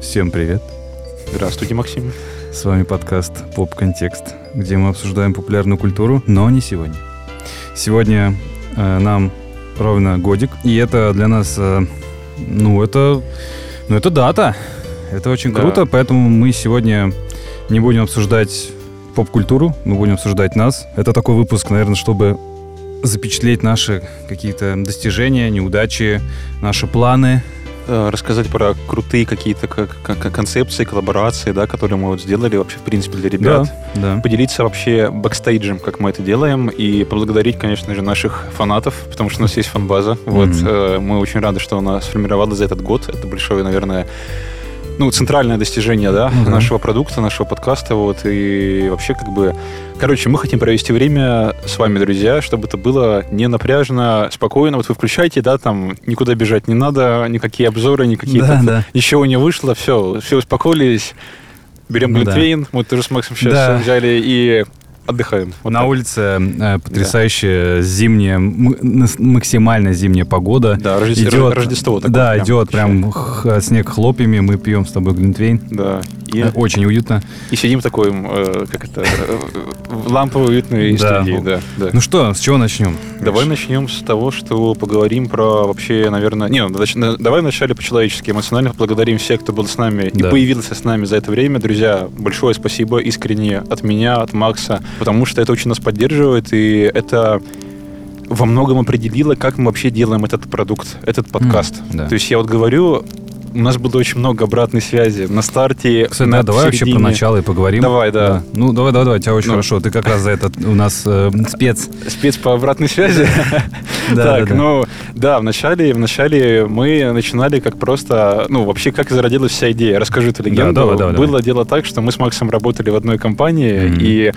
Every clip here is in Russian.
Всем привет! Здравствуйте, Максим. С вами подкаст «Поп Контекст», где мы обсуждаем популярную культуру, но не сегодня. Сегодня э, нам ровно годик, и это для нас, э, ну это, ну это дата. Это очень Да. круто, поэтому мы сегодня не будем обсуждать поп-культуру, мы будем обсуждать нас. Это такой выпуск, наверное, чтобы запечатлеть наши какие-то достижения, неудачи, наши планы. Э, Рассказать про крутые какие-то к- к- к- концепции, коллаборации, да, которые мы вот сделали вообще, в принципе, для ребят. Да. Поделиться вообще бэкстейджем, как мы это делаем, и поблагодарить, конечно же, наших фанатов, потому что у нас есть фанбаза. Вот Мгм. э, мы очень рады, что она сформировалась за этот год. Это большое, наверное, ну, центральное достижение, да, Ну да. нашего продукта, нашего подкаста, вот, и вообще, как бы, короче, мы хотим провести время с вами, друзья, чтобы это было не напряжно, спокойно, вот вы включаете, да, там, никуда бежать не надо, никакие обзоры, никакие, Да, там, да. ничего не вышло, все, все успокоились, берем Ну да. глинтвейн, мы тоже с Максом сейчас Да. взяли и отдыхаем. Вот На так. улице э, потрясающая зимняя, м- нас- максимально зимняя погода. Да, Рожде- Рождество такое да, прям идет прям х- э, снег хлопьями, мы пьем с тобой глинтвейн. Да. И, Э, Очень уютно. и сидим в такой, э, как это, э, в ламповой уютной Да. студии. Да, да. Ну что, с чего начнем? Давай начнем с того, что поговорим про вообще, наверное... Не, ну, нач- на- давай вначале по-человечески, эмоционально поблагодарим всех, кто был с нами Да. и появился с нами за это время. Друзья, большое спасибо искренне от меня, от Макса, потому что это очень нас поддерживает, и это во многом определило, как мы вообще делаем этот продукт, этот подкаст. да. То есть я вот говорю, у нас было очень много обратной связи на старте, Кстати, на да, давай вообще середине. про начало и поговорим. Давай, да. Ну, давай, давай, давай, тебя очень Ну. хорошо. Ты как раз за этот у нас э, спец. Спец по обратной связи. Да, да, Так, да. ну, да, вначале, вначале мы начинали как просто, ну, вообще, как зародилась вся идея. Расскажу эту легенду. давай, давай, Было давай. дело так, что мы с Максом работали в одной компании, Мгм. и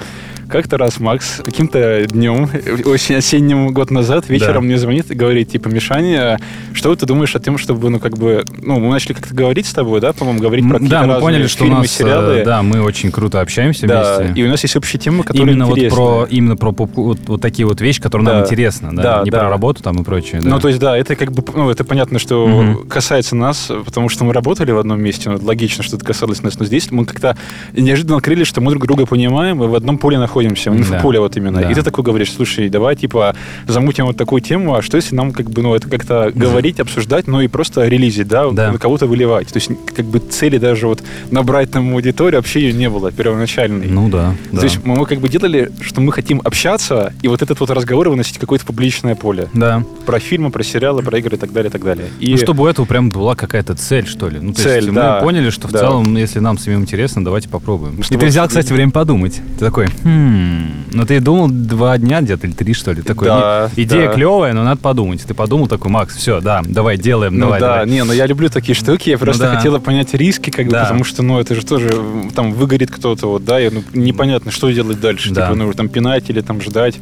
как-то раз Макс каким-то днем, очень осенним год назад, вечером Да. мне звонит и говорит, типа, Мишаня, что ты думаешь о том, чтобы, ну, как бы, ну, мы начали как-то говорить с тобой, да, по-моему, говорить про М, какие-то Да, мы разные поняли, что у фильмы, нас, э, сериалы. да, мы очень круто общаемся Да, вместе. и у нас есть общая тема, которая Именно вот, интересна. про, именно про поп- вот, вот такие вот вещи, которые нам Да. интересны, да, Да, не да. про работу там и прочее. да. Ну, то есть, да, это как бы, ну, это понятно, что Мгм. касается нас, потому что мы работали в одном месте, ну, это логично, что это касалось нас, но здесь мы как-то неожиданно открыли, что мы друг друга понимаем и в одном поле находимся, в Да. инфополе вот именно. Да. И ты такой говоришь, слушай, давай, типа, замутим вот такую тему, а что если нам, как бы, ну, это как-то говорить, обсуждать, ну, и просто релизить, да, Да. на кого-то выливать. То есть, как бы, цели даже вот набрать там аудиторию, вообще ее не было первоначальной. Ну да. да. То есть мы как бы делали, что мы хотим общаться, и вот этот вот разговор выносить в какое-то публичное поле Да. про фильмы, про сериалы, про игры и так далее, и так далее. И Ну, чтобы у этого прям была какая-то цель, что ли. Ну, то Цель, есть мы да. поняли, что в Да. целом, если нам самим интересно, давайте попробуем. Мы с И ты тобой взял, обсудили. кстати, время подумать. Ты такой, «Хм». Ну, ты думал два дня где-то или три, что ли? Такой, Да, «Не, идея да. клевая, но надо подумать. Ты подумал такой, Макс, все, да, давай делаем, ну давай, да, давай». Ну не, но я люблю такие штуки, я просто да. хотела понять риски, как бы, Да. потому что, ну, это же тоже, м, там, выгорит кто-то, вот, да, и, ну, непонятно, что делать дальше, Да. типа, ну, там, пинать или там ждать.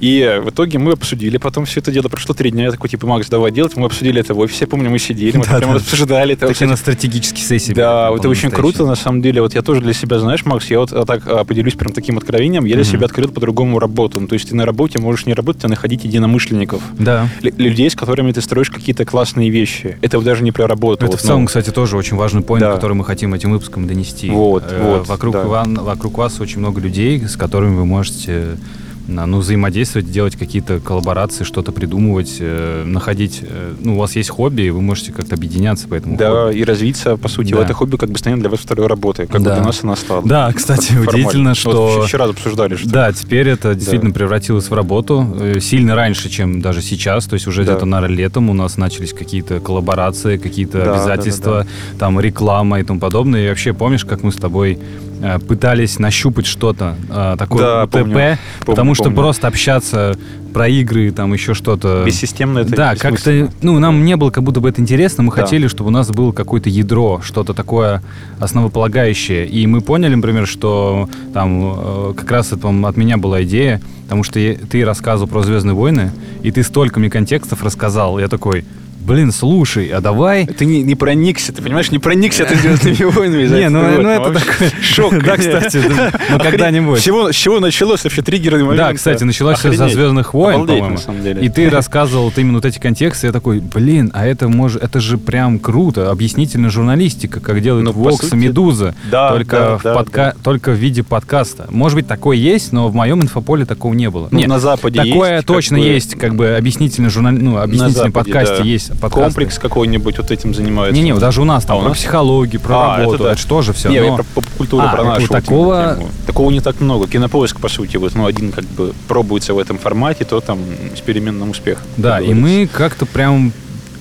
И в итоге мы обсудили потом все это дело, прошло три дня, я такой, типа, Макс, давай делать, мы обсудили это в офисе, я помню, мы сидели, мы Да, прямо да. обсуждали, это Такие вообще на стратегические сессии. Да, были, это очень по-настоящему. круто, на самом деле. Вот я тоже для себя, знаешь, Макс, я вот а, так а, поделюсь прям таким откровением. Я для Мгм. себя открыл по-другому работу. Ну, то есть ты на работе можешь не работать, а находить единомышленников. Да. Лю- людей, с которыми ты строишь какие-то классные вещи. Это вот даже не про работу. Это вот, в целом, ну, кстати, тоже очень важный поинт, Да. который мы хотим этим выпуском донести. Э, Вот, вот, Вокруг, да. ван- вокруг вас очень много людей, с которыми вы можете на- ну, взаимодействовать, делать какие-то коллаборации, что-то придумывать, э, находить... э, ну, у вас есть хобби, и вы можете как-то объединяться по этому да, хобби. и развиться, по сути, Да. в это хобби как бы станет для вас второй работой, как Да. бы для нас она стала. Да, кстати, Формально. Ну, удивительно, Вот что... вчера раз обсуждали, что... Да, теперь это действительно превратилось в работу э, сильно раньше, чем даже сейчас. То есть уже Да. где-то на летом у нас начались какие-то коллаборации, какие-то Да, обязательства, там реклама и тому подобное. И вообще помнишь, как мы с тобой э, пытались нащупать что-то э, такое Да, УТП, помню. Помню, потому что помню. просто общаться про игры, там еще что-то. Бессистемно это Да, бессмысленно. как-то, ну, нам не было как будто бы это интересно, мы Да. хотели, чтобы у нас было какое-то ядро, что-то такое основополагающее. И мы поняли, например, что там э, как раз это, по-моему, от меня была идея, потому что я- ты рассказывал про «Звездные войны», и ты столько мне контекстов рассказал, я такой... блин, слушай, а давай... Ты не, не проникся, ты понимаешь, не проникся ты звездными войнами. за Не, ну, этот ну, год. это Вообще такой... Шок. Да, кстати, ну С когда-нибудь. чего, с чего началось вообще триггерный момент? Да, кстати, началось все со Охренеть. «Звездных войн», Обалдеть, по-моему. на самом деле. Ну, И ты рассказывал вот именно вот эти контексты, я такой, блин, а это может, это же прям круто, объяснительная журналистика, как делают Ну, по Vox сути, и Медуза, да, только, да, в да, подка- только в виде подкаста. Может быть, такое есть, но в моем инфополе такого не было. Ну, Нет, на Западе такое есть, как точно бы, есть, как бы объяснительный журнал, ну, объяснительный Западе, подкасте да. есть подкасты. Комплекс какой-нибудь вот этим занимается. Не-не, даже у нас там А, у про нас? психологию, про А, это работу, это, да. же тоже все. Не, я про поп-культуру, А, про ну, нашу. такого- тему. Такого не так много. Кинопоиск, по сути, вот, ну, один как бы пробуется в этом формате, то там с переменным успехом. как Да, и говорится. мы как-то прям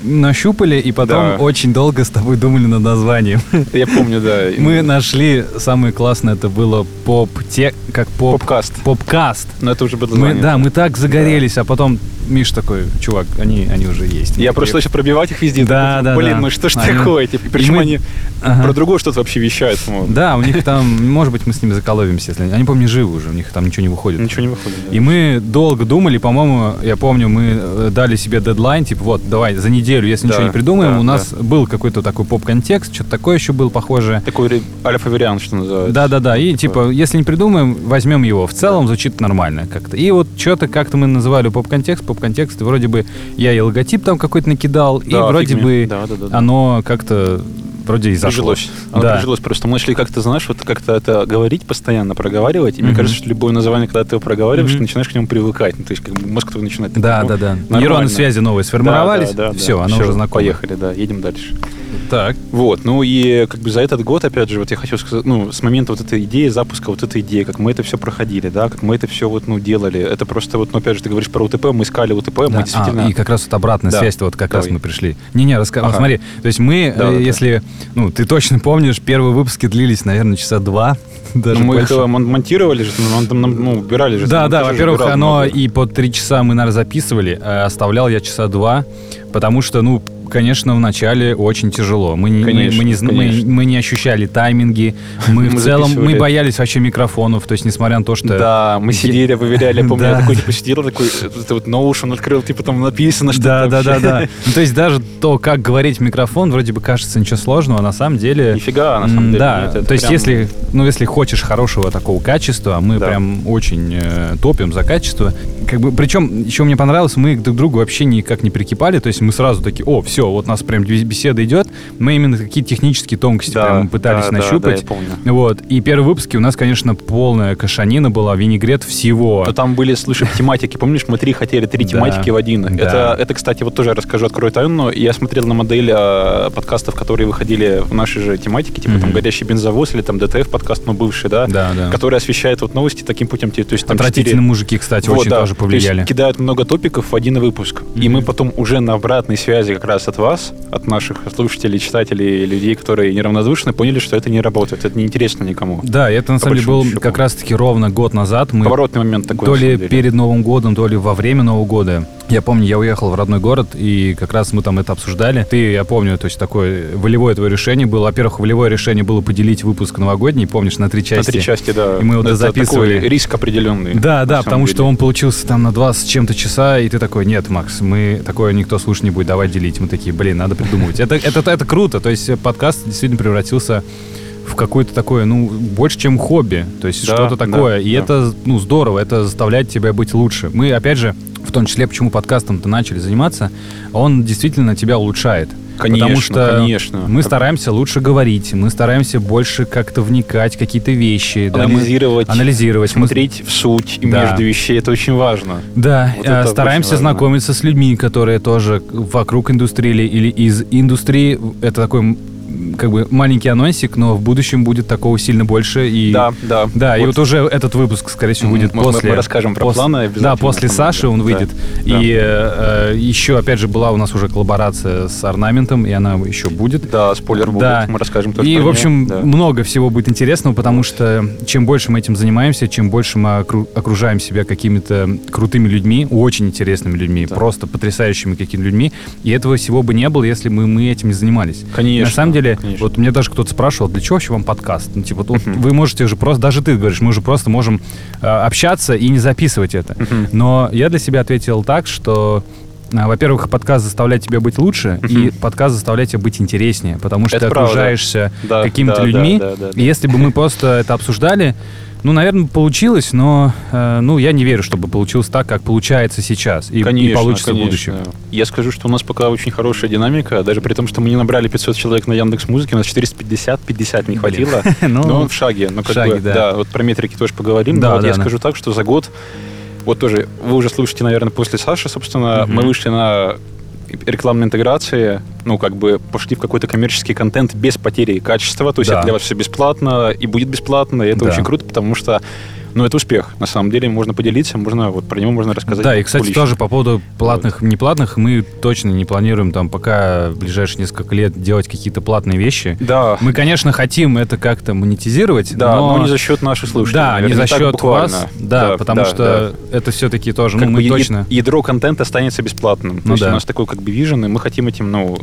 нащупали, и потом Да. очень долго с тобой думали над названием. Я помню, да. и- Мы нашли самое классное, это было поп те как поп Попкаст. попкаст. Но это уже было Мы, да, мы так загорелись, а потом Миш такой, чувак, они, они уже есть. Я просто начал пробивать их везде. Да, Думаю, да, Блин, да. ну что ж Они- такое? Типа, причем мы- они Ага. про другое что-то вообще вещают. ну, Да, у них там, может быть, мы с ними заколовимся, если они, они, по-моему, не живы уже, у них там ничего не выходит. Ничего не выходит. да. И мы долго думали, по-моему, я помню, мы э, дали себе дедлайн, типа, вот, давай, за неделю, если Да, ничего не придумаем, да, у нас был какой-то такой поп-контекст, что-то такое еще было похожее. Такой ре- альфа-вариант, что называется. Да-да-да, и типа, если не придумаем, возьмем его. В целом звучит нормально как-то. И вот что-то как-то мы называли поп-контекст, поп-контекст, и вроде бы я и логотип там какой-то накидал, и Да, вроде фигня. бы Да, да, да, да. оно как-то вроде и зашло. Прижилось. Оно Да. прижилось. Просто мы начали как-то, знаешь, вот как-то это говорить постоянно, проговаривать. И мне Мгм. кажется, что любое название, когда ты его проговариваешь, Мгм. ты начинаешь к нему привыкать. Ну, то есть как бы мозг твой начинает... Да, ну, да, да. нормально. Нейроны связи новые Да, сформировались. да, да, да. все, оно Всё, уже знакомо. Поехали, да, едем дальше. Так. Вот, ну и как бы за этот год, опять же, вот я хочу сказать, ну, с момента вот этой идеи, запуска вот этой идеи, как мы это все проходили, да, как мы это все вот, ну, делали. Это просто вот, ну, опять же, ты говоришь про УТП, мы искали УТП, Да, мы действительно... а, и как раз вот обратная Да. связь, вот как раз Давай. мы пришли. Не-не, рассказывай. Ага. Смотри, то есть мы, Да, э, да, да. если, ну, ты точно помнишь, первые выпуски длились, наверное, часа два, даже Ну, мы больше. это мон- монтировали же, ну, нам- нам, ну, убирали же. Да, там да, тоже во-первых, убирал оно много. и по три часа мы, наверное, записывали, а оставлял я часа два, потому что, ну, конечно, в начале очень тяжело. Мы не, мы- Конечно, мы, не, зн- мы- конечно. мы не ощущали тайминги, мы в Мы целом, мы записывали. боялись вообще микрофонов, то есть, несмотря на то, что... Да, мы сидели, проверяли, я помню, я Да. такой, типа, сидел, такой, это вот Notion открыл, типа, там написано, что Да, да, да, да. Ну, то есть даже то, как говорить в микрофон, вроде бы кажется ничего сложного, а на самом деле... Нифига, на самом М, деле. Да, нет, это то есть прям- если, ну, если хочешь хорошего такого качества, а мы Да. прям очень э, топим за качество. Как бы, причем, еще мне понравилось, мы друг к другу вообще никак не прикипали, то есть мы сразу такие, о, все, вот у нас прям бес- беседа идет, мы именно какие технические тонкости Да, прям пытались да, да, да, нащупать. я помню. Вот, и первые выпуски у нас, конечно, полная кашанина была, винегрет всего. Но там были, слушай, тематики. Помнишь, мы три хотели, три Да. тематики в один. Да. Это, это, кстати, вот тоже я расскажу, открою тайну. Я смотрел на модель э, подкастов, которые выходили в нашей же тематике, типа там Мгм. «Горящий бензовоз» или там «ДТФ» подкаст, ну, бывший, да? Да, да. Который освещает вот новости таким путем. те- То есть там четыре- Отвратительные мужики, кстати, Вот, очень да. тоже То есть повлияли. кидают много топиков в один выпуск. И Мгм. мы потом уже на обратной связи как раз от вас, от наших слушателей, читателей, людей, которые неравнодушны, поняли, что это не работает, это неинтересно никому. Да, и это на По самом деле большому был счету. как раз-таки ровно год назад. Мы Поворотный момент такой. то на ли самом деле. перед Новым годом, то ли во время Нового года. Я помню, я уехал в родной город, и как раз мы там это обсуждали. Ты, я помню, то есть такое волевое твое решение было. Во-первых, волевое решение было поделить выпуск новогодний, помнишь, на три На части. три части, да. И мы вот Это записывали. такой риск определенный. Да, Э, на да, самом потому деле. что он получился там на 20 с чем-то часа, и ты такой, нет, Макс, мы такое никто слушать не будет, давай делить. Мы такие, блин, надо придумывать. Это, это, это круто, то есть э, подкаст действительно превратился в какое-то такое, ну, больше, чем хобби. То есть Да, что-то такое. да, и да. это, ну, здорово, это заставляет тебя быть лучше. Мы, опять же, в том числе, почему подкастом-то начали заниматься, он действительно тебя улучшает. Конечно, потому что конечно. мы стараемся лучше говорить, мы стараемся больше как-то вникать в какие-то вещи. да, мы- Анализировать, анализировать. мы- смотреть в суть и Да. между вещей, это очень важно. да, Вот э, это очень стараемся важно. знакомиться с людьми, которые тоже к- вокруг индустрии или, или из индустрии. Это такой м, как бы маленький анонсик, но в будущем будет такого сильно больше. И, да, да. Да, и вот уже этот выпуск, скорее всего, Мгм. будет Мы- мы- после. мы расскажем про пос- планы обязательно, Да, после на самом Саши деле. он Да. выйдет. Да. И э, э, еще, опять же, была у нас уже коллаборация с орнаментом, и она еще будет. Да, спойлер будет, Да. мы расскажем тоже И, Ну, про в общем, него, да. много всего будет интересного, потому что чем больше мы этим занимаемся, чем больше мы окру- окружаем себя какими-то крутыми людьми, очень интересными людьми, Да. просто потрясающими какими-то людьми, и этого всего бы не было, если бы мы этим не занимались. Конечно, На самом деле, конечно. вот мне даже кто-то спрашивал, для чего вообще вам подкаст? Ну, типа, вот Мгм. вы можете же просто, даже ты говоришь, мы же просто можем э, общаться и не записывать это. Мгм. Но я для себя ответил так, что А, Во-первых, подкаст заставляет тебя быть лучше, и Мгм. подкаст заставляет тебя быть интереснее, потому что Это ты правда. окружаешься Да, какими-то да, людьми. да, да, да. И Если бы мы просто это обсуждали, ну, наверное, получилось, но э, ну, я не верю, чтобы получилось так, как получается сейчас и, и Конечно, получится в конечно. будущем. Я скажу, что у нас пока очень хорошая динамика, даже при том, что мы не набрали 500 человек на Яндекс Музыке, у нас 450, 50 Блин. не хватило. Ну, Но он в шаге. Но в как шаге, бы, да. да. вот про метрики тоже поговорим. Да, но вот да, я да. скажу так, что за год, вот тоже, вы уже слышите, наверное, после Саши, собственно, Мгм. мы вышли на рекламной интеграции, ну, как бы пошли в какой-то коммерческий контент без потери качества, то есть Да. это для вас все бесплатно и будет бесплатно, и это Да. очень круто, потому что, ну, это успех, на самом деле, можно поделиться, можно, вот про него можно рассказать. Да, и, кстати, публично. тоже по поводу платных, неплатных, мы точно не планируем там пока в ближайшие несколько лет делать какие-то платные вещи. Да, Мы, конечно, хотим это как-то монетизировать, да, но... но... не за счет наших слушателей. да, не наверное, за так счет буквально. вас, да, потому да, да. что это все-таки тоже, Как ну, бы мы я- точно... ядро контента останется бесплатным. Ну То есть да. у нас такой как бы вижен, и мы хотим этим, ну,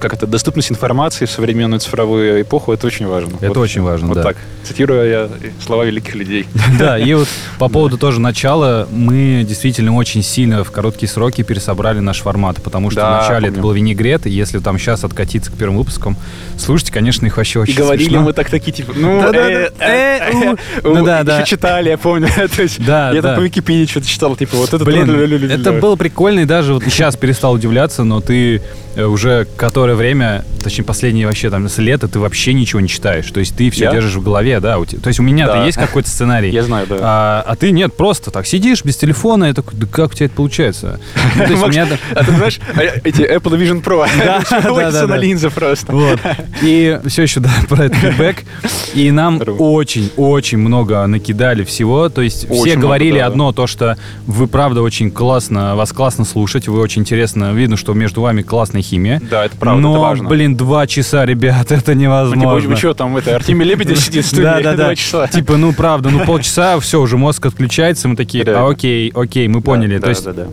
как это, доступность информации в современную цифровую эпоху, это очень важно. Это очень важно, Вот да. так, цитирую я слова великих людей. Да, и вот по поводу тоже начала, мы действительно очень сильно в короткие сроки пересобрали наш формат, потому что Да, вначале это помню. был винегрет, и если там сейчас откатиться к первым выпускам, слушайте, конечно, их вообще И очень говорили смешно. мы так такие, типа, ну, Да-да-да, э, э, э, у. у, Ну да, да. еще читали, я помню. То есть Да, Я да. там по Википедии что-то читал, типа, вот это... Блин, это было прикольно, и даже вот сейчас перестал удивляться, но ты э, уже которое время, точнее, последние вообще там с лета, ты вообще ничего не читаешь. То есть ты все Я? держишь в голове, да. у те- То есть у меня-то Да. есть какой-то сценарий. Я знаю, да. А, а ты нет, просто так сидишь без телефона, и такой, да как у тебя это получается? Ну, то есть у Макс, меня да- А ты знаешь, а я- эти Apple Vision Pro, да, да, да. на линзы просто. Вот. И все еще, да, про этот фидбэк. И нам Здорово. очень-очень много накидали всего. То есть все Очень много, говорили да. одно, то, что вы правда очень классно, вас классно слушать, вы очень интересно, видно, что между вами классная химия. Да, это правда, Но, это важно. блин, два часа, ребят, это Ну, невозможно. типа, вы что, там это, Артемий Лебедев сидит в студии Да, да, да. два часа. Типа, ну правда, ну полчаса, все, уже мозг отключается, мы такие, Реально. а, окей, окей, мы поняли. Да, То да, есть да, да.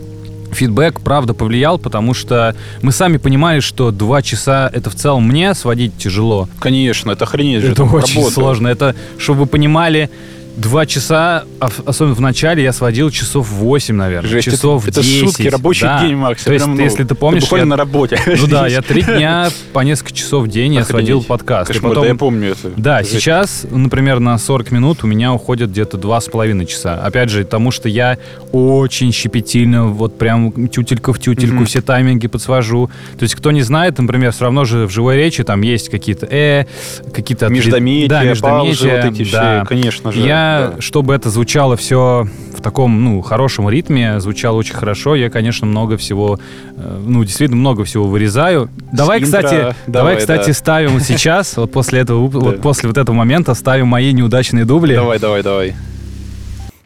фидбэк, правда, повлиял, потому что мы сами понимали, что два часа это в целом мне сводить тяжело. Конечно, это охренеть же. Это там очень работа. сложно. Это, чтобы вы понимали, два часа, а в- особенно в начале, я сводил часов 8, наверное. Жесть, часов это, 10. это сутки, рабочий да. день, Макс. То я есть, прям, ты, ну, если ты помнишь, буквально я- на работе. ну да, я сидишь. три дня по несколько часов в день я Охренеть. сводил подкаст. И Кошмар, потом- да, я помню это. да, Жесть. сейчас, например, на 40 минут у меня уходит где-то два с половиной часа. Опять же, потому что я очень щепетильно, вот прям тютелька в тютельку, Мгм. все тайминги подсвожу. То есть, кто не знает, например, все равно же в живой речи там есть какие-то э, какие-то... ответ- Междометия, да, междометия, паузы, вот эти да. все, конечно же. Я, да. чтобы это звучало все в таком, ну, хорошем ритме, звучало очень хорошо, я, конечно, много всего, э, ну, действительно много всего вырезаю. Давай, интро, кстати, давай, давай, кстати, да. ставим вот сейчас, вот после этого, вып- вот Да. после вот этого момента ставим мои неудачные дубли. Давай, давай, давай.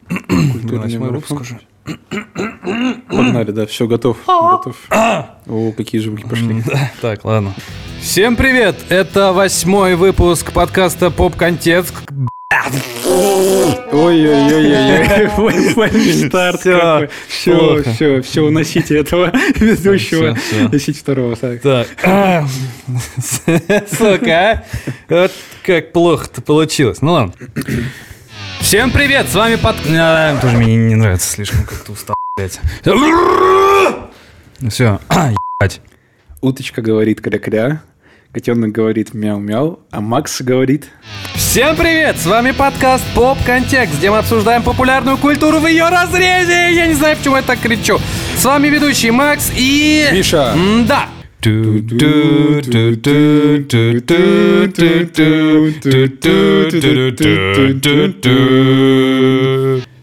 Восьмой выпуск уже. Погнали, да, все, готов. готов. О, какие звуки пошли. Так, ладно. Всем привет! Это восьмой выпуск подкаста Поп Контекст. Ой-ой-ой-ой. Старт Все, все, плохо. все, все, уносите этого ведущего. Всё, всё. Носите второго, так. Так. Сука, а? Вот как плохо-то получилось. Ну ладно. Всем привет, с вами под... А, Тоже мне не нравится слишком, как-то устал, блядь. Ну Все, ебать. Уточка говорит кря-кря, котенок говорит мяу-мяу, а Макс говорит... Всем привет! С вами подкаст Поп Контекст, где мы обсуждаем популярную культуру в ее разрезе. Я не знаю, почему я так кричу. С вами ведущий Макс и... Миша. Да.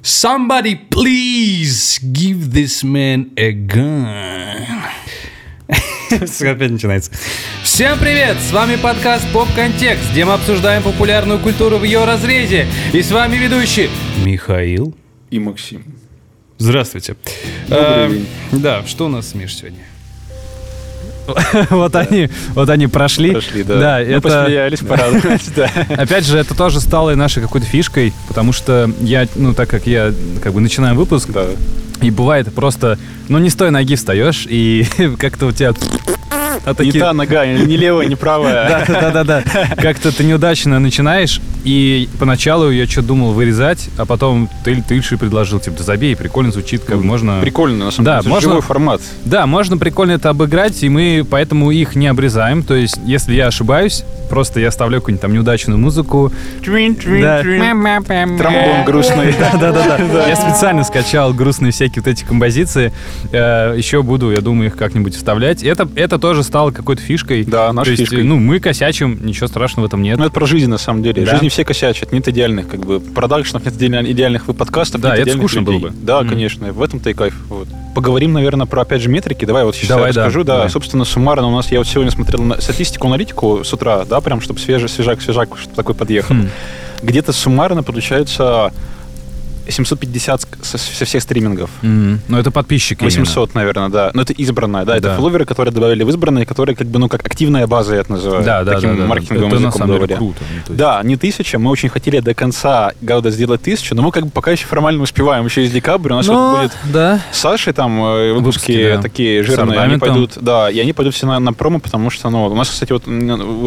Somebody please give this man a gun. Опять начинается. Всем привет! С вами подкаст Поп Контекст, где мы обсуждаем популярную культуру в ее разрезе. И с вами ведущий Михаил. И Максим. Здравствуйте. Добрый Э, день. Да, что у нас, Миш, сегодня? Вот они, вот они прошли. Прошли, да. Да, Мы это... посмеялись, порадовались, да. Опять же, это тоже стало и нашей какой-то фишкой, потому что я, ну, так как я как бы начинаю выпуск, Да. и бывает просто, ну, не с той ноги встаешь, и как-то у тебя... а Не такие- та нога, не левая, не правая. Да, да, да, да. Как-то ты неудачно начинаешь, И поначалу я что думал вырезать, а потом ты, ты же предложил, типа, да забей, прикольно звучит, как можно... Прикольно, на самом Да, деле. Это можно- живой формат. Да, можно прикольно это обыграть, и мы поэтому их не обрезаем. То есть, если я ошибаюсь, просто я ставлю какую-нибудь там неудачную музыку. Да. Трамбон грустный. Да-да-да. Э, Я специально скачал грустные всякие вот эти композиции. Э, Еще буду, я думаю, их как-нибудь вставлять. Это, это тоже стало какой-то фишкой. Да, То наша есть, фишка. ну, мы косячим, ничего страшного в этом нет. Ну, это про жизнь, на самом деле. Да. В жизни все косячат. Нет идеальных, как бы, продакшенов, нет идеальных, идеальных вы подкастов, Да, нет это идеальных скучно людей. было бы. Да, Мгм. конечно, в этом-то и кайф. Вот. Поговорим, наверное, про, опять же, метрики. Давай вот сейчас Давай, я расскажу. да, Да, давай. собственно, суммарно у нас, я вот сегодня смотрел на статистику, аналитику с утра, да, прям, чтобы свежий, свежак, свежак, чтобы такой подъехал. Хм. Где-то суммарно получается 750 ск- со, со всех стримингов. М, Ну, это подписчики. именно. 800, наверное, да. Но это избранная, да, Да. это фолловеры, которые добавили в избранные, которые как бы, ну, как активная база, я это называю. Да, да, таким да, да. маркетинговым Это на языком самом деле говоря. круто. Ну, то есть- Да, не тысяча. Мы очень хотели до конца года сделать тысячу, но мы как бы пока еще формально успеваем. Еще есть декабрь, у нас Ну, вот будет да. с Сашей там э, выпуски, Выпуски, да. такие С жирные, они орнаментом. пойдут, да, и они пойдут все на, на промо, потому что, ну, у нас, кстати, вот м,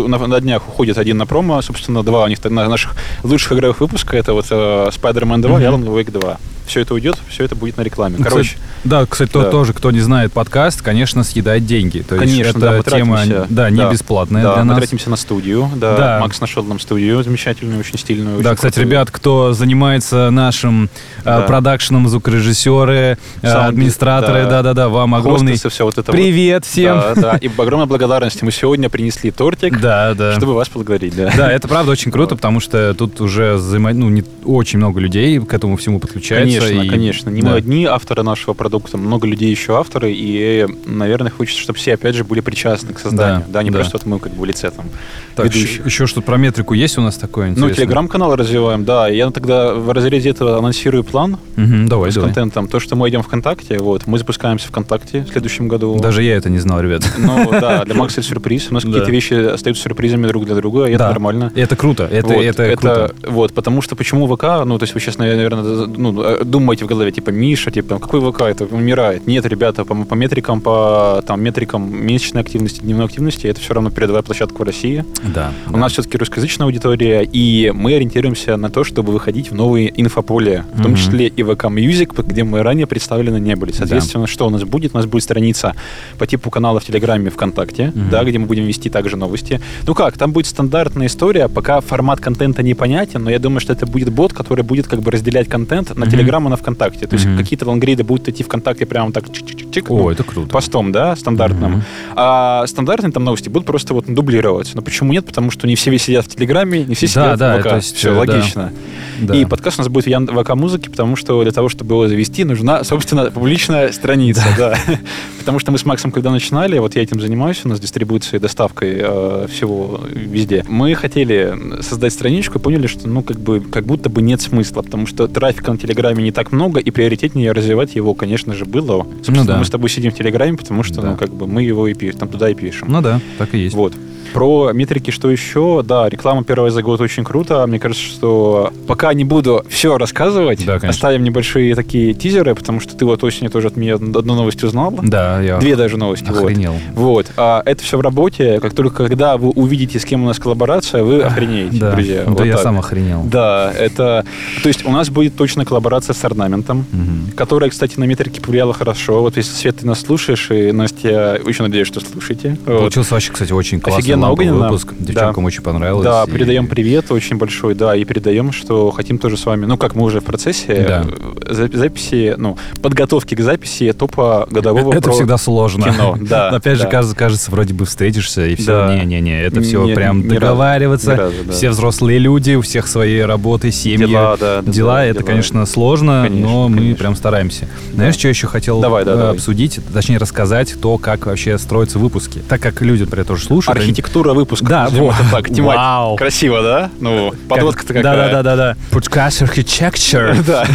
на, на днях уходит один на промо, собственно, два у них на- наших лучших игровых выпуска, это вот э, Spider-Man 2 и Alan Wake 2. Все это уйдет, все это будет на рекламе. Ну, Короче, кстати, да, кстати, то- да. тоже, кто не знает подкаст, конечно, съедает деньги. То есть конечно, да, это мы тема, тратимся. да, не бесплатная да, для мы нас. тратимся на студию, да, Да. Макс нашел нам студию замечательную, очень стильную. Да, очень кстати, крутую. ребят, кто занимается нашим э, Да. продакшном, звукорежиссеры, э, Саунд- администраторы, да. да-да-да, вам огромный Хостесы, все вот это вот. привет всем. Да, да. И огромная благодарность. Мы сегодня принесли тортик, Да, да. чтобы вас благодарить. Да. Да, это правда очень круто, потому что тут уже взаимо- ну, не... очень много людей к этому всему подключается. Конечно, и- конечно. Не мы Да. одни авторы нашего продукта, много людей еще авторы, и, наверное, хочется, чтобы все, опять же, были причастны к созданию. Да, Да, не да. просто вот мы как бы в лице там Так, ведущих. еще что-то про метрику есть у нас такое Ну, интересное? телеграм-канал развиваем, да. Я тогда в разрезе этого анонсирую план Мгм, давай, с давай. контентом. То, что мы идем ВКонтакте, вот, мы запускаемся ВКонтакте в следующем году. Даже я это не знал, ребят. Ну, да, для Макса это сюрприз. У нас Да. какие-то вещи остаются сюрпризами друг для друга, и это Да. нормально. Это круто, это, Вот, это, круто. Вот, потому что почему ВК, ну, то есть вы сейчас, наверное, за- ну, э, думаете в голове, типа, Миша, типа, какой ВК, это умирает. Нет, ребята, по, по метрикам, по там, метрикам месячной активности, дневной активности, это все равно передовая площадка в России. Да. У нас все-таки русскоязычная аудитория, и мы ориентируемся на то, чтобы выходить в новые инфополе, в том Мгм. числе и ВК Music, где мы ранее представлены не были. Соответственно, что у нас будет? У нас будет страница по типу канала в Телеграме ВКонтакте, Мгм. да, где мы будем вести также новости. Ну как, там будет стандартная история, пока формат контента непонятен, но я думаю, что это будет бот, который будет как бы разделять контент на Мгм. Телеграм и на ВКонтакте. То есть Мгм. какие-то лонгриды будут идти ВКонтакте прямо так чик-чик-чик. ну, О, это круто. постом, да, стандартным. Мгм. А стандартные там новости будут просто вот дублироваться. Но почему нет? Потому что не все сидят в Телеграме, не все Да, сидят да, в ВК. то есть, Все э, да. логично. Да. И подкаст у нас будет в Ян... ВК музыке, потому что для того, чтобы его завести, нужна, собственно, публичная страница, да. Потому что мы с Максом, когда начинали, вот я этим занимаюсь, у нас дистрибуцией, доставкой э, всего везде. Мы хотели создать страничку и поняли, что, ну, как бы, как будто бы нет смысла, потому что трафика на Телеграме не так много, и приоритетнее развивать его, конечно же, было. Собственно, Ну да. мы с тобой сидим в Телеграме, потому что, Да. ну, как бы, мы его и пишем, там туда и пишем. Ну да, так и есть. Вот. Про метрики что еще? Да, реклама первая за год очень круто. Мне кажется, что пока не буду все рассказывать, Да, конечно. оставим небольшие такие тизеры, потому что ты вот осенью тоже от меня одну новость узнал. Да, я Две даже новости. вот. охренел. Вот. А это все в работе. Как только когда вы увидите, с кем у нас коллаборация, вы охренеете, Да, друзья. да Вот я так. сам охренел. Да, это... То есть у нас будет точно коллаборация с орнаментом Мгм. которая, кстати, на метрике повлияла хорошо. Вот если, Свет, ты нас слушаешь, и, Настя, я очень надеюсь, что слушаете. Вот. Получился вообще, кстати, очень классный Офигенно ламповый огненно. выпуск. Да. Девчонкам очень понравилось. Да, и- передаем привет очень большой, да, и передаем, что хотим тоже с вами, ну как мы уже в процессе Да. э, за- записи, ну, подготовки к записи топа годового Это про- всегда сложно. кино, да, Но Опять же, да. кажется, кажется, вроде бы встретишься, и все. Да. Не-не-не, это все Не- прям ни разу, договариваться. ни разу, да. Все взрослые люди, у всех свои работы, семьи. Дела, да, да, Дела, да, это, дела. конечно, сложно, Конечно, но мы конечно. прям стараемся. Знаешь, что еще хотел Давай, да, э, давай. обсудить, точнее рассказать, то, как вообще строятся выпуски. Так как люди, например, тоже слушают. они- Архитектура выпуска. Да, назовем во. это так, тематика. Вау. Красиво, да? Ну, подводка-то какая. Да-да-да-да-да. Podcast Architecture. Да.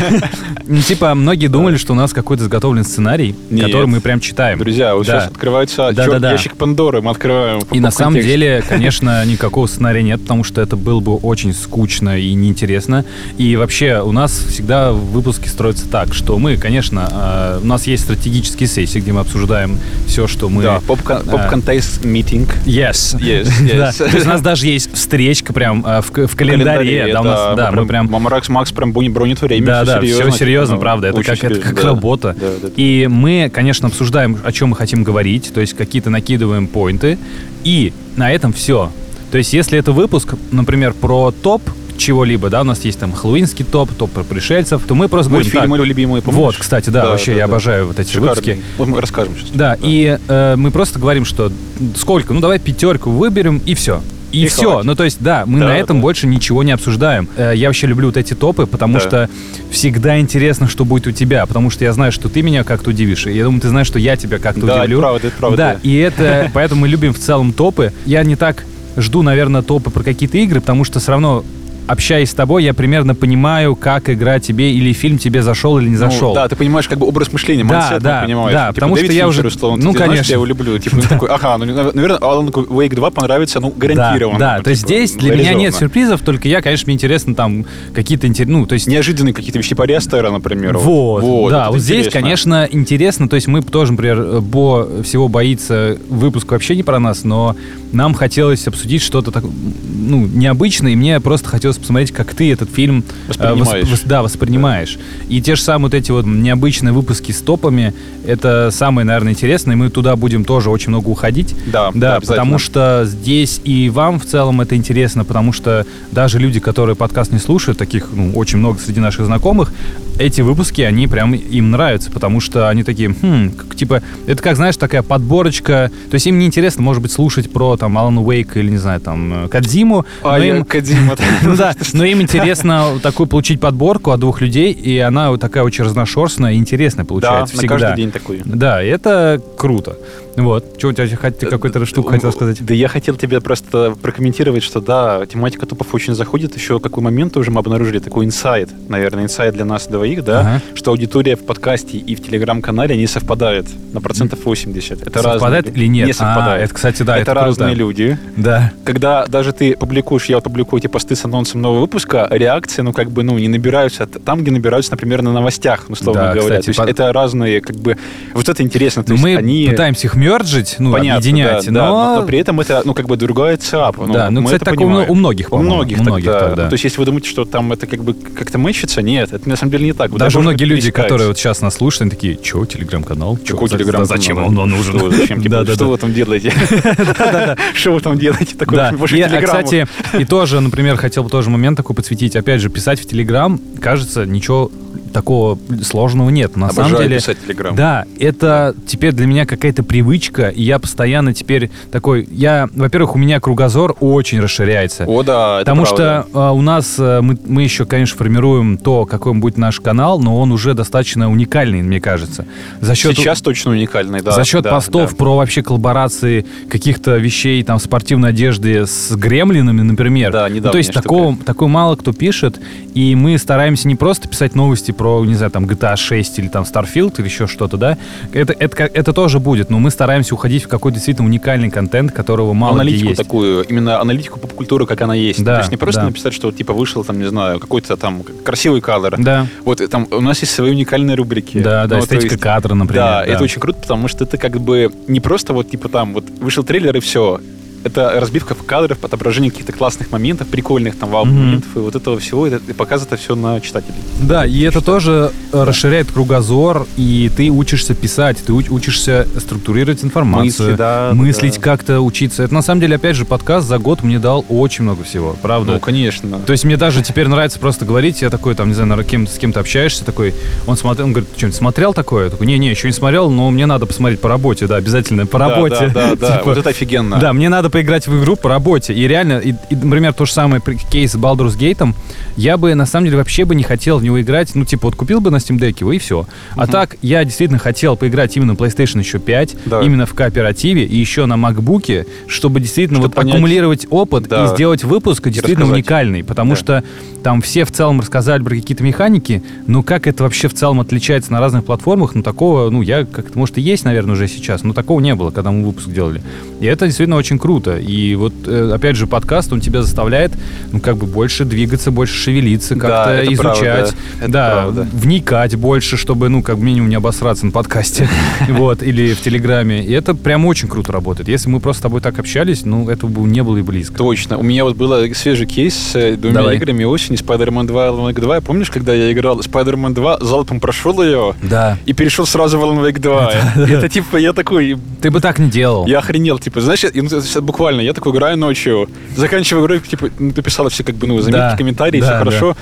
Ну, Типа, многие думали, что у нас какой-то изготовлен сценарий, Нет. который мы прям читаем. Друзья, вот Да. сейчас открывается Да, чёрт, да, да. ящик Пандоры, мы открываем. по- И по на самом контексту. деле, конечно, никакого сценария нет, потому что это было бы очень скучно и неинтересно. И вообще у нас всегда выпуски строятся так, что мы, конечно, э, у нас есть стратегические сессии, где мы обсуждаем все, что мы... Да, поп-кон- поп-контекст митинг. Yes, Yes, Да. yes. То есть у нас даже есть встречка прям э, в, к- в календаре. Да, у нас, да, мы прям... Мамаракс Макс прям брони- бронит время. Да, всё да, серьезно, все серьезно, Ну, правда. Это очень как, это серьезно, как да. работа. Да, да, да. И мы, конечно, обсуждаем, о чем мы хотим говорить, то есть какие-то накидываем поинты, и на этом все. То есть, если это выпуск, например, про топ чего-либо, да, у нас есть там хэллоуинский топ, топ про пришельцев, то мы просто говорим так. Мультфильмы любимые, помнишь? Вот, кстати, да, вообще я обожаю вот эти Шикарные. выпуски. Вот мы расскажем сейчас. Да, и э, мы просто говорим, что сколько, ну давай пятерку выберем и все. И, И все. хватит. Ну, то есть, да, мы Да, на этом да. больше ничего не обсуждаем. Э, Я вообще люблю вот эти топы, потому Да. что всегда интересно, что будет у тебя. Потому что я знаю, что ты меня как-то удивишь. И я думаю, ты знаешь, что я тебя как-то Да, удивлю. это правда, это правда. Да, и это... Поэтому мы любим в целом топы. Я не так жду, наверное, топы про какие-то игры, потому что все равно общаясь с тобой, я примерно понимаю, как игра тебе или фильм тебе зашел или не Ну, зашел. Да, ты понимаешь как бы образ мышления, Да, mindset, ты да, понимаешь. да, Типа, потому что Дэвид я Финчер, уже- условно, ну, ты знаешь, конечно. я его люблю. Типа, ну, такой, ага, ну, нав- наверное, Alan Wake 2 понравится, ну, гарантированно. Да, да. Ну, то есть типа, здесь для меня нет реализованно. сюрпризов, только я, конечно, мне интересно там какие-то интересные, ну, то есть... Неожиданные какие-то вещи по Рестера, например. Вот, да, это вот здесь, интересно. конечно, интересно, то есть мы тоже, например, Бо всего боится выпуск вообще не про нас, но нам хотелось обсудить что-то так, ну, необычное, и мне просто хотелось посмотреть, как ты этот фильм э, восп- Воспринимаешь. вос- да, воспринимаешь. И те же самые вот эти вот необычные выпуски с топами, это самое, наверное, интересное, и мы туда будем тоже очень много уходить. Да, да, Да, обязательно. потому что здесь и вам в целом это интересно, потому что даже люди, которые подкаст не слушают, таких ну, очень много среди наших знакомых, эти выпуски, они прям им нравятся, потому что они такие, «Хм, как- типа, это как, знаешь, такая подборочка, то есть им не интересно, может быть, слушать про там Алана Уэйка или, не знаю, там, э, Кадзиму, А, но я им- Кодзима. ну да, но им интересно такую получить подборку от двух людей, и она вот такая очень разношерстная и интересная Да, получается на всегда. каждый день такой. Да, и это круто. Вот. Чего у тебя хоть- ты Э, какой-то штуку ну, хотел сказать? Да я хотел тебе просто прокомментировать, что да, тематика топов очень заходит. Еще какой момент уже мы обнаружили, такой инсайт, наверное, инсайт для нас двоих, да, Ага. что аудитория в подкасте и в телеграм-канале, они совпадают на процентов 80. Это совпадает разные люди. или нет? Не совпадает. А, это, кстати, да, это, это круто. разные люди. Да. Когда даже ты публикуешь, я вот публикую эти посты с анонсом нового выпуска, реакции, ну, как бы, ну, не набираются т- там, где набираются, например, на новостях, ну, условно Да, говоря. кстати, То есть под- это разные, как бы, вот это интересно. То Ну, есть мы они... пытаемся их мерджить, ну, Понятно, объединять, да, но... да, но... но при этом это, ну, как бы другая ЦАП. Да, ну, мы кстати, это так у- понимаем. у многих, У по-моему, многих, у многих так, да. так, да. Ну, то есть, если вы думаете, что там это как бы как-то мэчится, нет, это на самом деле не так. Вот Даже это можно многие люди, переискать. которые вот сейчас нас слушают, они такие, чё, телеграм-канал? Чё, Какой за- телеграм Зачем он он нужен? Что, зачем? Типа, Да, да, что да. вы там делаете? Что вы там делаете? Такой Да, больше и, а, телеграмма. кстати, и тоже, например, хотел бы тоже момент такой подсветить. Опять же, писать в Телеграм, кажется, ничего такого сложного нет. На самом Обожаю деле, писать телеграм. Да, это теперь для меня какая-то привычка, и я постоянно теперь такой... Я, во-первых, у меня кругозор очень расширяется. О, да, это Потому правда. что а, у нас а, мы, мы еще, конечно, формируем то, какой будет наш канал, но он уже достаточно уникальный, мне кажется. За счет Сейчас точно уникальный, да. за счет да, постов да. про вообще коллаборации каких-то вещей, там, спортивной одежды с гремлинами, например. Да, Ну, недавняя то есть штука. такого, такой мало кто пишет, и мы стараемся не просто писать новости про, не знаю, там, GTA 6 или там Starfield или еще что-то, да. Это, это, как- это тоже будет, но мы стараемся уходить в какой-то действительно уникальный контент, которого мало аналитику где есть. такую, именно аналитику поп-культуры, как она есть. Да, То есть не просто да. написать, что типа вышел там, не знаю, какой-то там красивый кадр. Да. Вот и там у нас есть свои уникальные рубрики. Да, да, Ну, то эстетика есть- кадра, например. Да, это очень круто, потому что это как бы не просто вот типа там вот вышел трейлер и все. Это разбивка в кадров, отображение каких-то классных моментов, прикольных там Мгм. вау-моментов и вот этого всего, и, это- и показывает это все на читателей. Да, и это тоже э, расширяет кругозор, и ты учишься писать, ты уч- учишься структурировать информацию, Мысли, да, мыслить да. как-то, учиться. Это на самом деле, опять же, подкаст за год мне дал очень много всего, правда. Ну, конечно. то есть мне даже теперь нравится просто говорить, я такой, там, не знаю, наверно, кем, с кем-то общаешься, такой, он смотрел, он говорит, что-нибудь смотрел такое? Я такой, не-не, еще не смотрел, но мне надо посмотреть по работе, да, обязательно, по Да, работе. Да, да, да. Типа, Вот это офигенно. да, мне надо поиграть в игру по работе. И реально, и, и, например, то же самое при- кейс с Baldur's Gate, я бы, на самом деле, вообще бы не хотел в него играть. Ну, типа, вот купил бы на Steam Deck его, и все. А так, я действительно хотел поиграть именно на PlayStation еще 5, Да. именно в кооперативе и еще на MacBook, чтобы действительно Чтобы вот понять. аккумулировать опыт Да. и сделать выпуск действительно рассказать. уникальный. Потому Да. что там все в целом рассказали про какие-то механики, но как это вообще в целом отличается на разных платформах, ну, такого, ну, я как-то, может, и есть, наверное, уже сейчас, но такого не было, когда мы выпуск делали. И это действительно очень круто. круто. И вот, э, опять же, подкаст, он тебя заставляет, ну, как бы больше двигаться, больше шевелиться, Да, как-то это изучать. правда. Это да, правда. вникать больше, чтобы, ну, как минимум не обосраться на подкасте. Вот, или в Телеграме. И это прям очень круто работает. Если мы просто с тобой так общались, ну, этого бы не было и близко. Точно. У меня вот был свежий кейс с э, двумя Давай. играми осени, Spider-Man 2 и Alan Wake 2. Помнишь, когда я играл Spider-Man 2, залпом прошел ее Да. и перешел сразу в Alan Wake 2? Это типа, я такой, Ты бы так не делал. я охренел, типа, знаешь, я- ну, это буквально, я такой играю ночью, заканчиваю игру, типа, ну, написала все, как бы, ну, заметки, Да. комментарии, Да, все да. хорошо.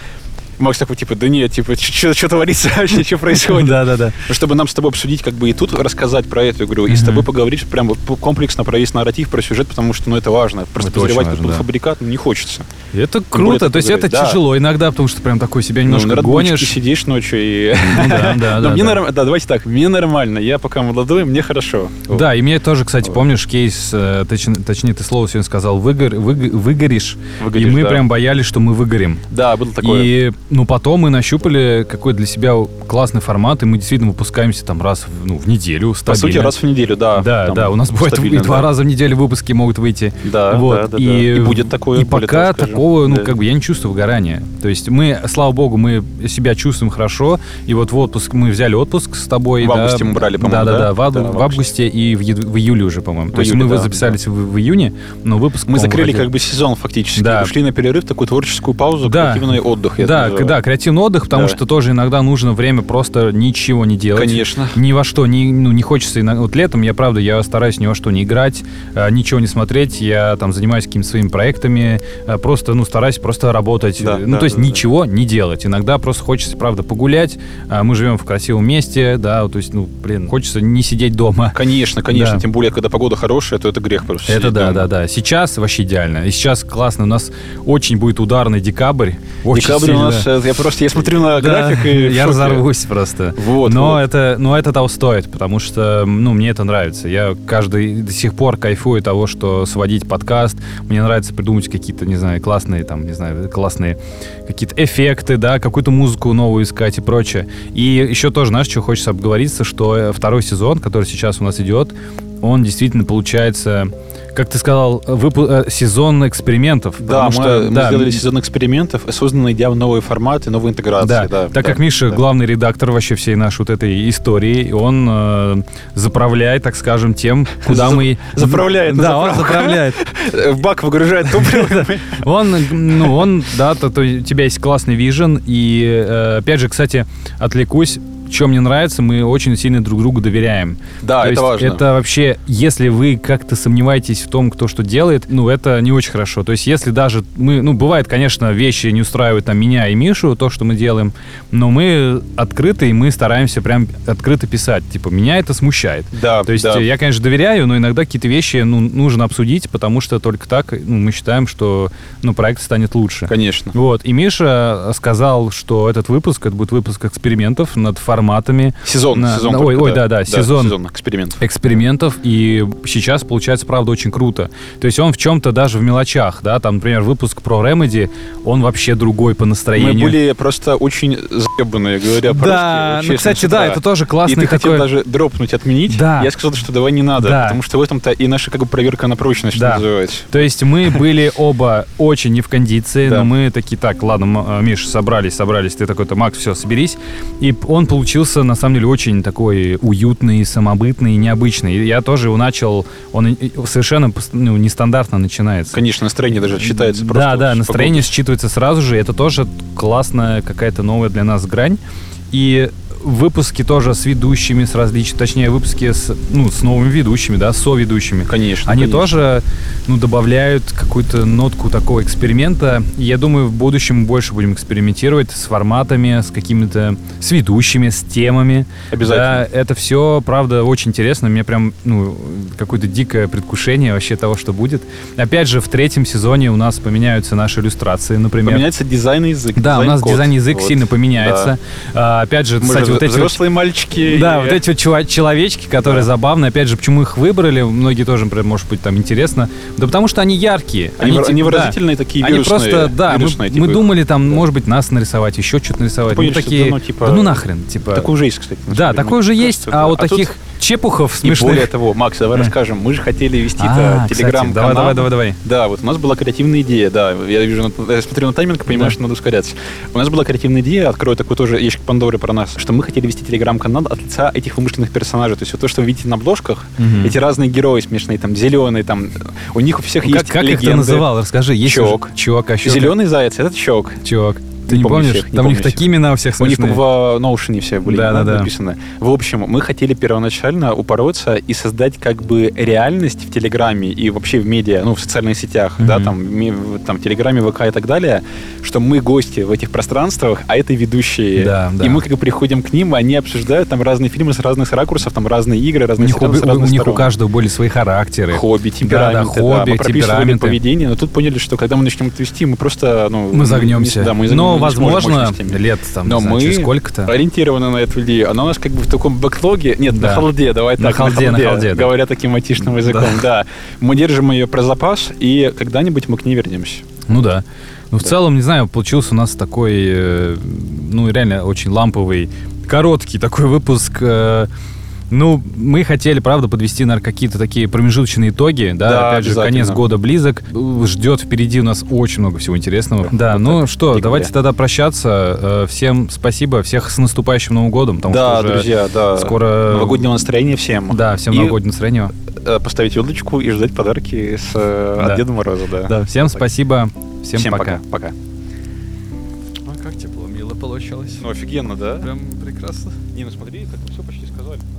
Макс такой, типа, да нет, типа, что творится вообще, что происходит? Да-да-да. Чтобы нам с тобой обсудить, как бы и тут рассказать про эту игру, и с тобой поговорить прям вот по- комплексно про весь нарратив, про сюжет, потому что, ну, это важно. Просто Это очень подозревать важно, тут да. фабрикат ну, не хочется. Это более круто. такой То есть это говорит, да. тяжело иногда, потому что прям такой себя Ну, немножко на раздумчике гонишь. сидишь ночью и... Ну да, да, Но да, мне да. норм- Да, давайте так, мне нормально, я пока молодой, мне хорошо. Да, и мне тоже, кстати, помнишь кейс, э, точ- точнее, ты слово сегодня сказал, выгор, выго- выгоришь, Выгоришь, и мы да. прям боялись, что мы выгорим. Да, было такое. И, ну, потом мы нащупали какой для себя классный формат, и мы действительно выпускаемся там раз в, ну, в неделю, По стабильно. сути, раз в неделю, да. Да, там, да, у нас бывает и стабильно, два да. раза в неделю выпуски могут выйти. Да, вот. да, да, да. И, э, И будет такое, И более пока того скажу. такого, ну, Да. как бы я не чувствую выгорания. То есть мы, слава богу, мы себя чувствуем хорошо. И вот в отпуск мы взяли отпуск с тобой. В да. августе мы брали, по-моему, Да, да, да? да. В, ад- Да, в в августе и в, ид- в июле уже, по-моему. То есть июле, мы вы да, записались В, в июне, но выпуск. Мы по-моему, закрыли выходил. как бы сезон фактически. Да. Ушли на перерыв, такую творческую паузу, Да. креативный отдых. я это Да, к- называю. да, креативный отдых, потому Да. что тоже иногда нужно время просто ничего не делать. Конечно. Ни во что, ни, ну, не хочется. иногда- Вот летом я, правда, я стараюсь ни во что не играть, э, ничего не смотреть. Я там занимаюсь какими-то своими проектами, э, просто, ну, стараюсь просто работать. Да, Э, ну, да, то есть да, да. ничего не делать. Иногда просто хочется, правда, погулять. А Мы живем в красивом месте, да, вот, то есть, ну, блин, хочется не сидеть дома. Конечно, конечно. Да. Тем более, когда погода хорошая, то это грех просто. Это сидеть да, дома. да, да. Сейчас вообще идеально. И сейчас классно. У нас очень будет ударный декабрь. Очень Декабрь у сильно. нас, э, я просто, я смотрю Да, на график и в я шоке. разорвусь просто. Вот, но вот. это, но это того стоит, потому что, ну, мне это нравится. Я каждый до сих пор кайфую от того, что сводить подкаст. Мне нравится придумать какие-то, не знаю, классные там, не знаю, классные какие-то эффекты, да, какую-то музыку новую искать и прочее. И еще тоже, знаешь, что хочется обговориться, что э, второй сезон, который сейчас у нас идет, он действительно получается, как ты сказал, выпу- э, сезон экспериментов. Да, потому мы, что, мы да, сделали сезон экспериментов, созданный идя в новые форматы, новые интеграции. да, Да, так как Миша главный редактор вообще всей нашей вот этой истории, и он э, заправляет, так скажем, тем, куда За- мы... заправляет на Да, он заправляет. Э, В бак выгружает топливо. Он, э, ну, он, да, то, то у тебя есть классный вижен, и, э, опять же, кстати, отвлекусь, что мне нравится, мы очень сильно друг другу доверяем. Да, То А, это есть важно. Это вообще, если вы как-то сомневаетесь в том, кто что делает, ну, это не очень хорошо. То есть, если даже мы, ну, бывает, конечно, вещи не устраивают там меня и Мишу, то, что мы делаем, но мы открыты, и мы стараемся прям открыто писать. Типа, меня это смущает. Да, То есть да. э, я, конечно, доверяю, но иногда какие-то вещи ну, нужно обсудить, потому что только так ну, мы считаем, что ну, проект станет лучше. Конечно. Вот, и Миша сказал, что этот выпуск, это будет выпуск экспериментов над форматами Сезон, На- сезон. на- только, ой, ой, да, да, сезон. сезон экспериментов. экспериментов, и сейчас получается, правда, очень круто. То есть он в чем-то даже в мелочах, да, там, например, выпуск про Remedy, он вообще другой по Мы настроению. были просто очень заебанные, говоря по-русски. Да, вот ну, честно, кстати, да, это тоже И классный ты хотел такой- даже дропнуть, отменить. Да. Я сказал, что давай не надо, Да. потому что в этом-то и наша как бы проверка на прочность, Да. что называется. То есть мы были оба очень не в кондиции, Да. но мы такие, так, ладно, М- э, Миш, собрались, собрались, ты такой-то, Макс, все, соберись. И п- он получился, на самом деле, очень такой уютный, самобытный, необычный. И Я тоже его начал, он и- и совершенно пос- ну, нестандартно начинается. Конечно, настроение даже считается просто. Да, да, вот настроение считывается сразу же. и Это тоже классная какая-то новая для нас грань. И выпуски тоже с ведущими, с различными, точнее, выпуски с, ну, с новыми ведущими, да, со-ведущими. Конечно, Они конечно. тоже, ну, добавляют какую-то нотку такого эксперимента. И я думаю, в будущем мы больше будем экспериментировать с форматами, с какими-то, с ведущими, с темами. Обязательно. Да, это все, правда, очень интересно. Мне прям, ну, какое-то дикое предвкушение вообще того, что будет. Опять же, в третьем сезоне у нас поменяются наши иллюстрации, например. Поменяется дизайн и язык. Да, у нас дизайн-код. дизайн язык Вот. сильно поменяется. А, опять же, Да. Мы кстати, же вот эти вот взрослые мальчики. да, и- вот эти вот чела- человечки, которые забавные. Опять же, почему их выбрали, многие тоже, например, может быть, там интересно. Да потому что они яркие. Они вра- типа, они да. выразительные такие, Они вирусные, просто, да, мы, вирусные, типа, мы думали там, может быть, нас нарисовать, еще что-то нарисовать. Ну, понимаешь, что такие, это, ну, типа, «Да ну нахрен, типа... Такой уже есть, кстати. на да, самом деле. такой же Ну, есть, кажется, а да. вот таких тут чепухов И типа, смешных. более того, Макс, давай расскажем. Мы же хотели вести А, кстати, телеграм давай, давай, давай, давай. Да, вот у нас была креативная идея, да. Я вижу, на- я смотрю на тайминг, и понимаю, что надо ускоряться. У нас была креативная идея, открою такой тоже ящик Пандоры про нас, что мы хотели вести телеграм-канал от лица этих вымышленных персонажей. То есть вот то, что вы видите на обложках, эти разные герои смешные, там, зеленые, там, у них у всех Как, есть как их ты легенды. называл? Расскажи. Есть Чувак. уже- Чувак, а щука? Зеленый заяц, этот щек. Чувак. Ты не помню помнишь? всех, не Там у помню них всех. такие имена у всех У них смешные. в э, Notion все были Да, имена да, да. написаны. В общем, мы хотели первоначально упороться и создать как бы реальность в Телеграме и вообще в медиа, ну, в социальных сетях, да, там, ми- в- там, Телеграме, ВК и так далее, что мы гости в этих пространствах, а это ведущие. Да, да. И мы как бы приходим к ним, они обсуждают там разные фильмы с разных ракурсов, там разные игры, У разные них, сериалы обе- с у, разных них у сторон. каждого были свои характеры. Хобби, темпераменты, Да, да, хобби, Мы прописывали темпераменты. поведение, но тут поняли, что когда мы начнем это вести, мы просто, ну... Мы загнемся. не- Да, мы Но, загнем- мы не сможем возможно, больше с теми. лет там, Но не знаю, мы через сколько-то. ориентированы на эту людей. Она у нас как бы в таком бэклоге. Нет, Да. на халде, давай На так. халде, на халде, да. Говоря таким айтишным языком, да. Мы держим ее про запас, и когда-нибудь мы к ней вернемся. Ну да. Ну, в целом, не знаю, получился у нас такой, э, ну, реально очень ламповый, короткий такой выпуск. э, ну, мы хотели, правда, подвести, наверное, какие-то такие промежуточные итоги, да, Да, опять же, обязательно. конец года близок, э, ждет впереди у нас очень много всего интересного. Да, ну что, декабре. давайте тогда прощаться, Э, всем спасибо, всех с наступающим Новым годом, потому да, что уже друзья, да. скоро- Новогоднего настроения всем. Да, всем И, новогоднего настроения. э, поставить удочку и ждать подарки с, э, Да. от Деда Мороза, да. Да, всем спасибо, всем, Всем пока. пока. Пока. а как тепло, мило получилось. Ну, офигенно, да? Прям прекрасно. Не, ну смотри, как все почти сказали.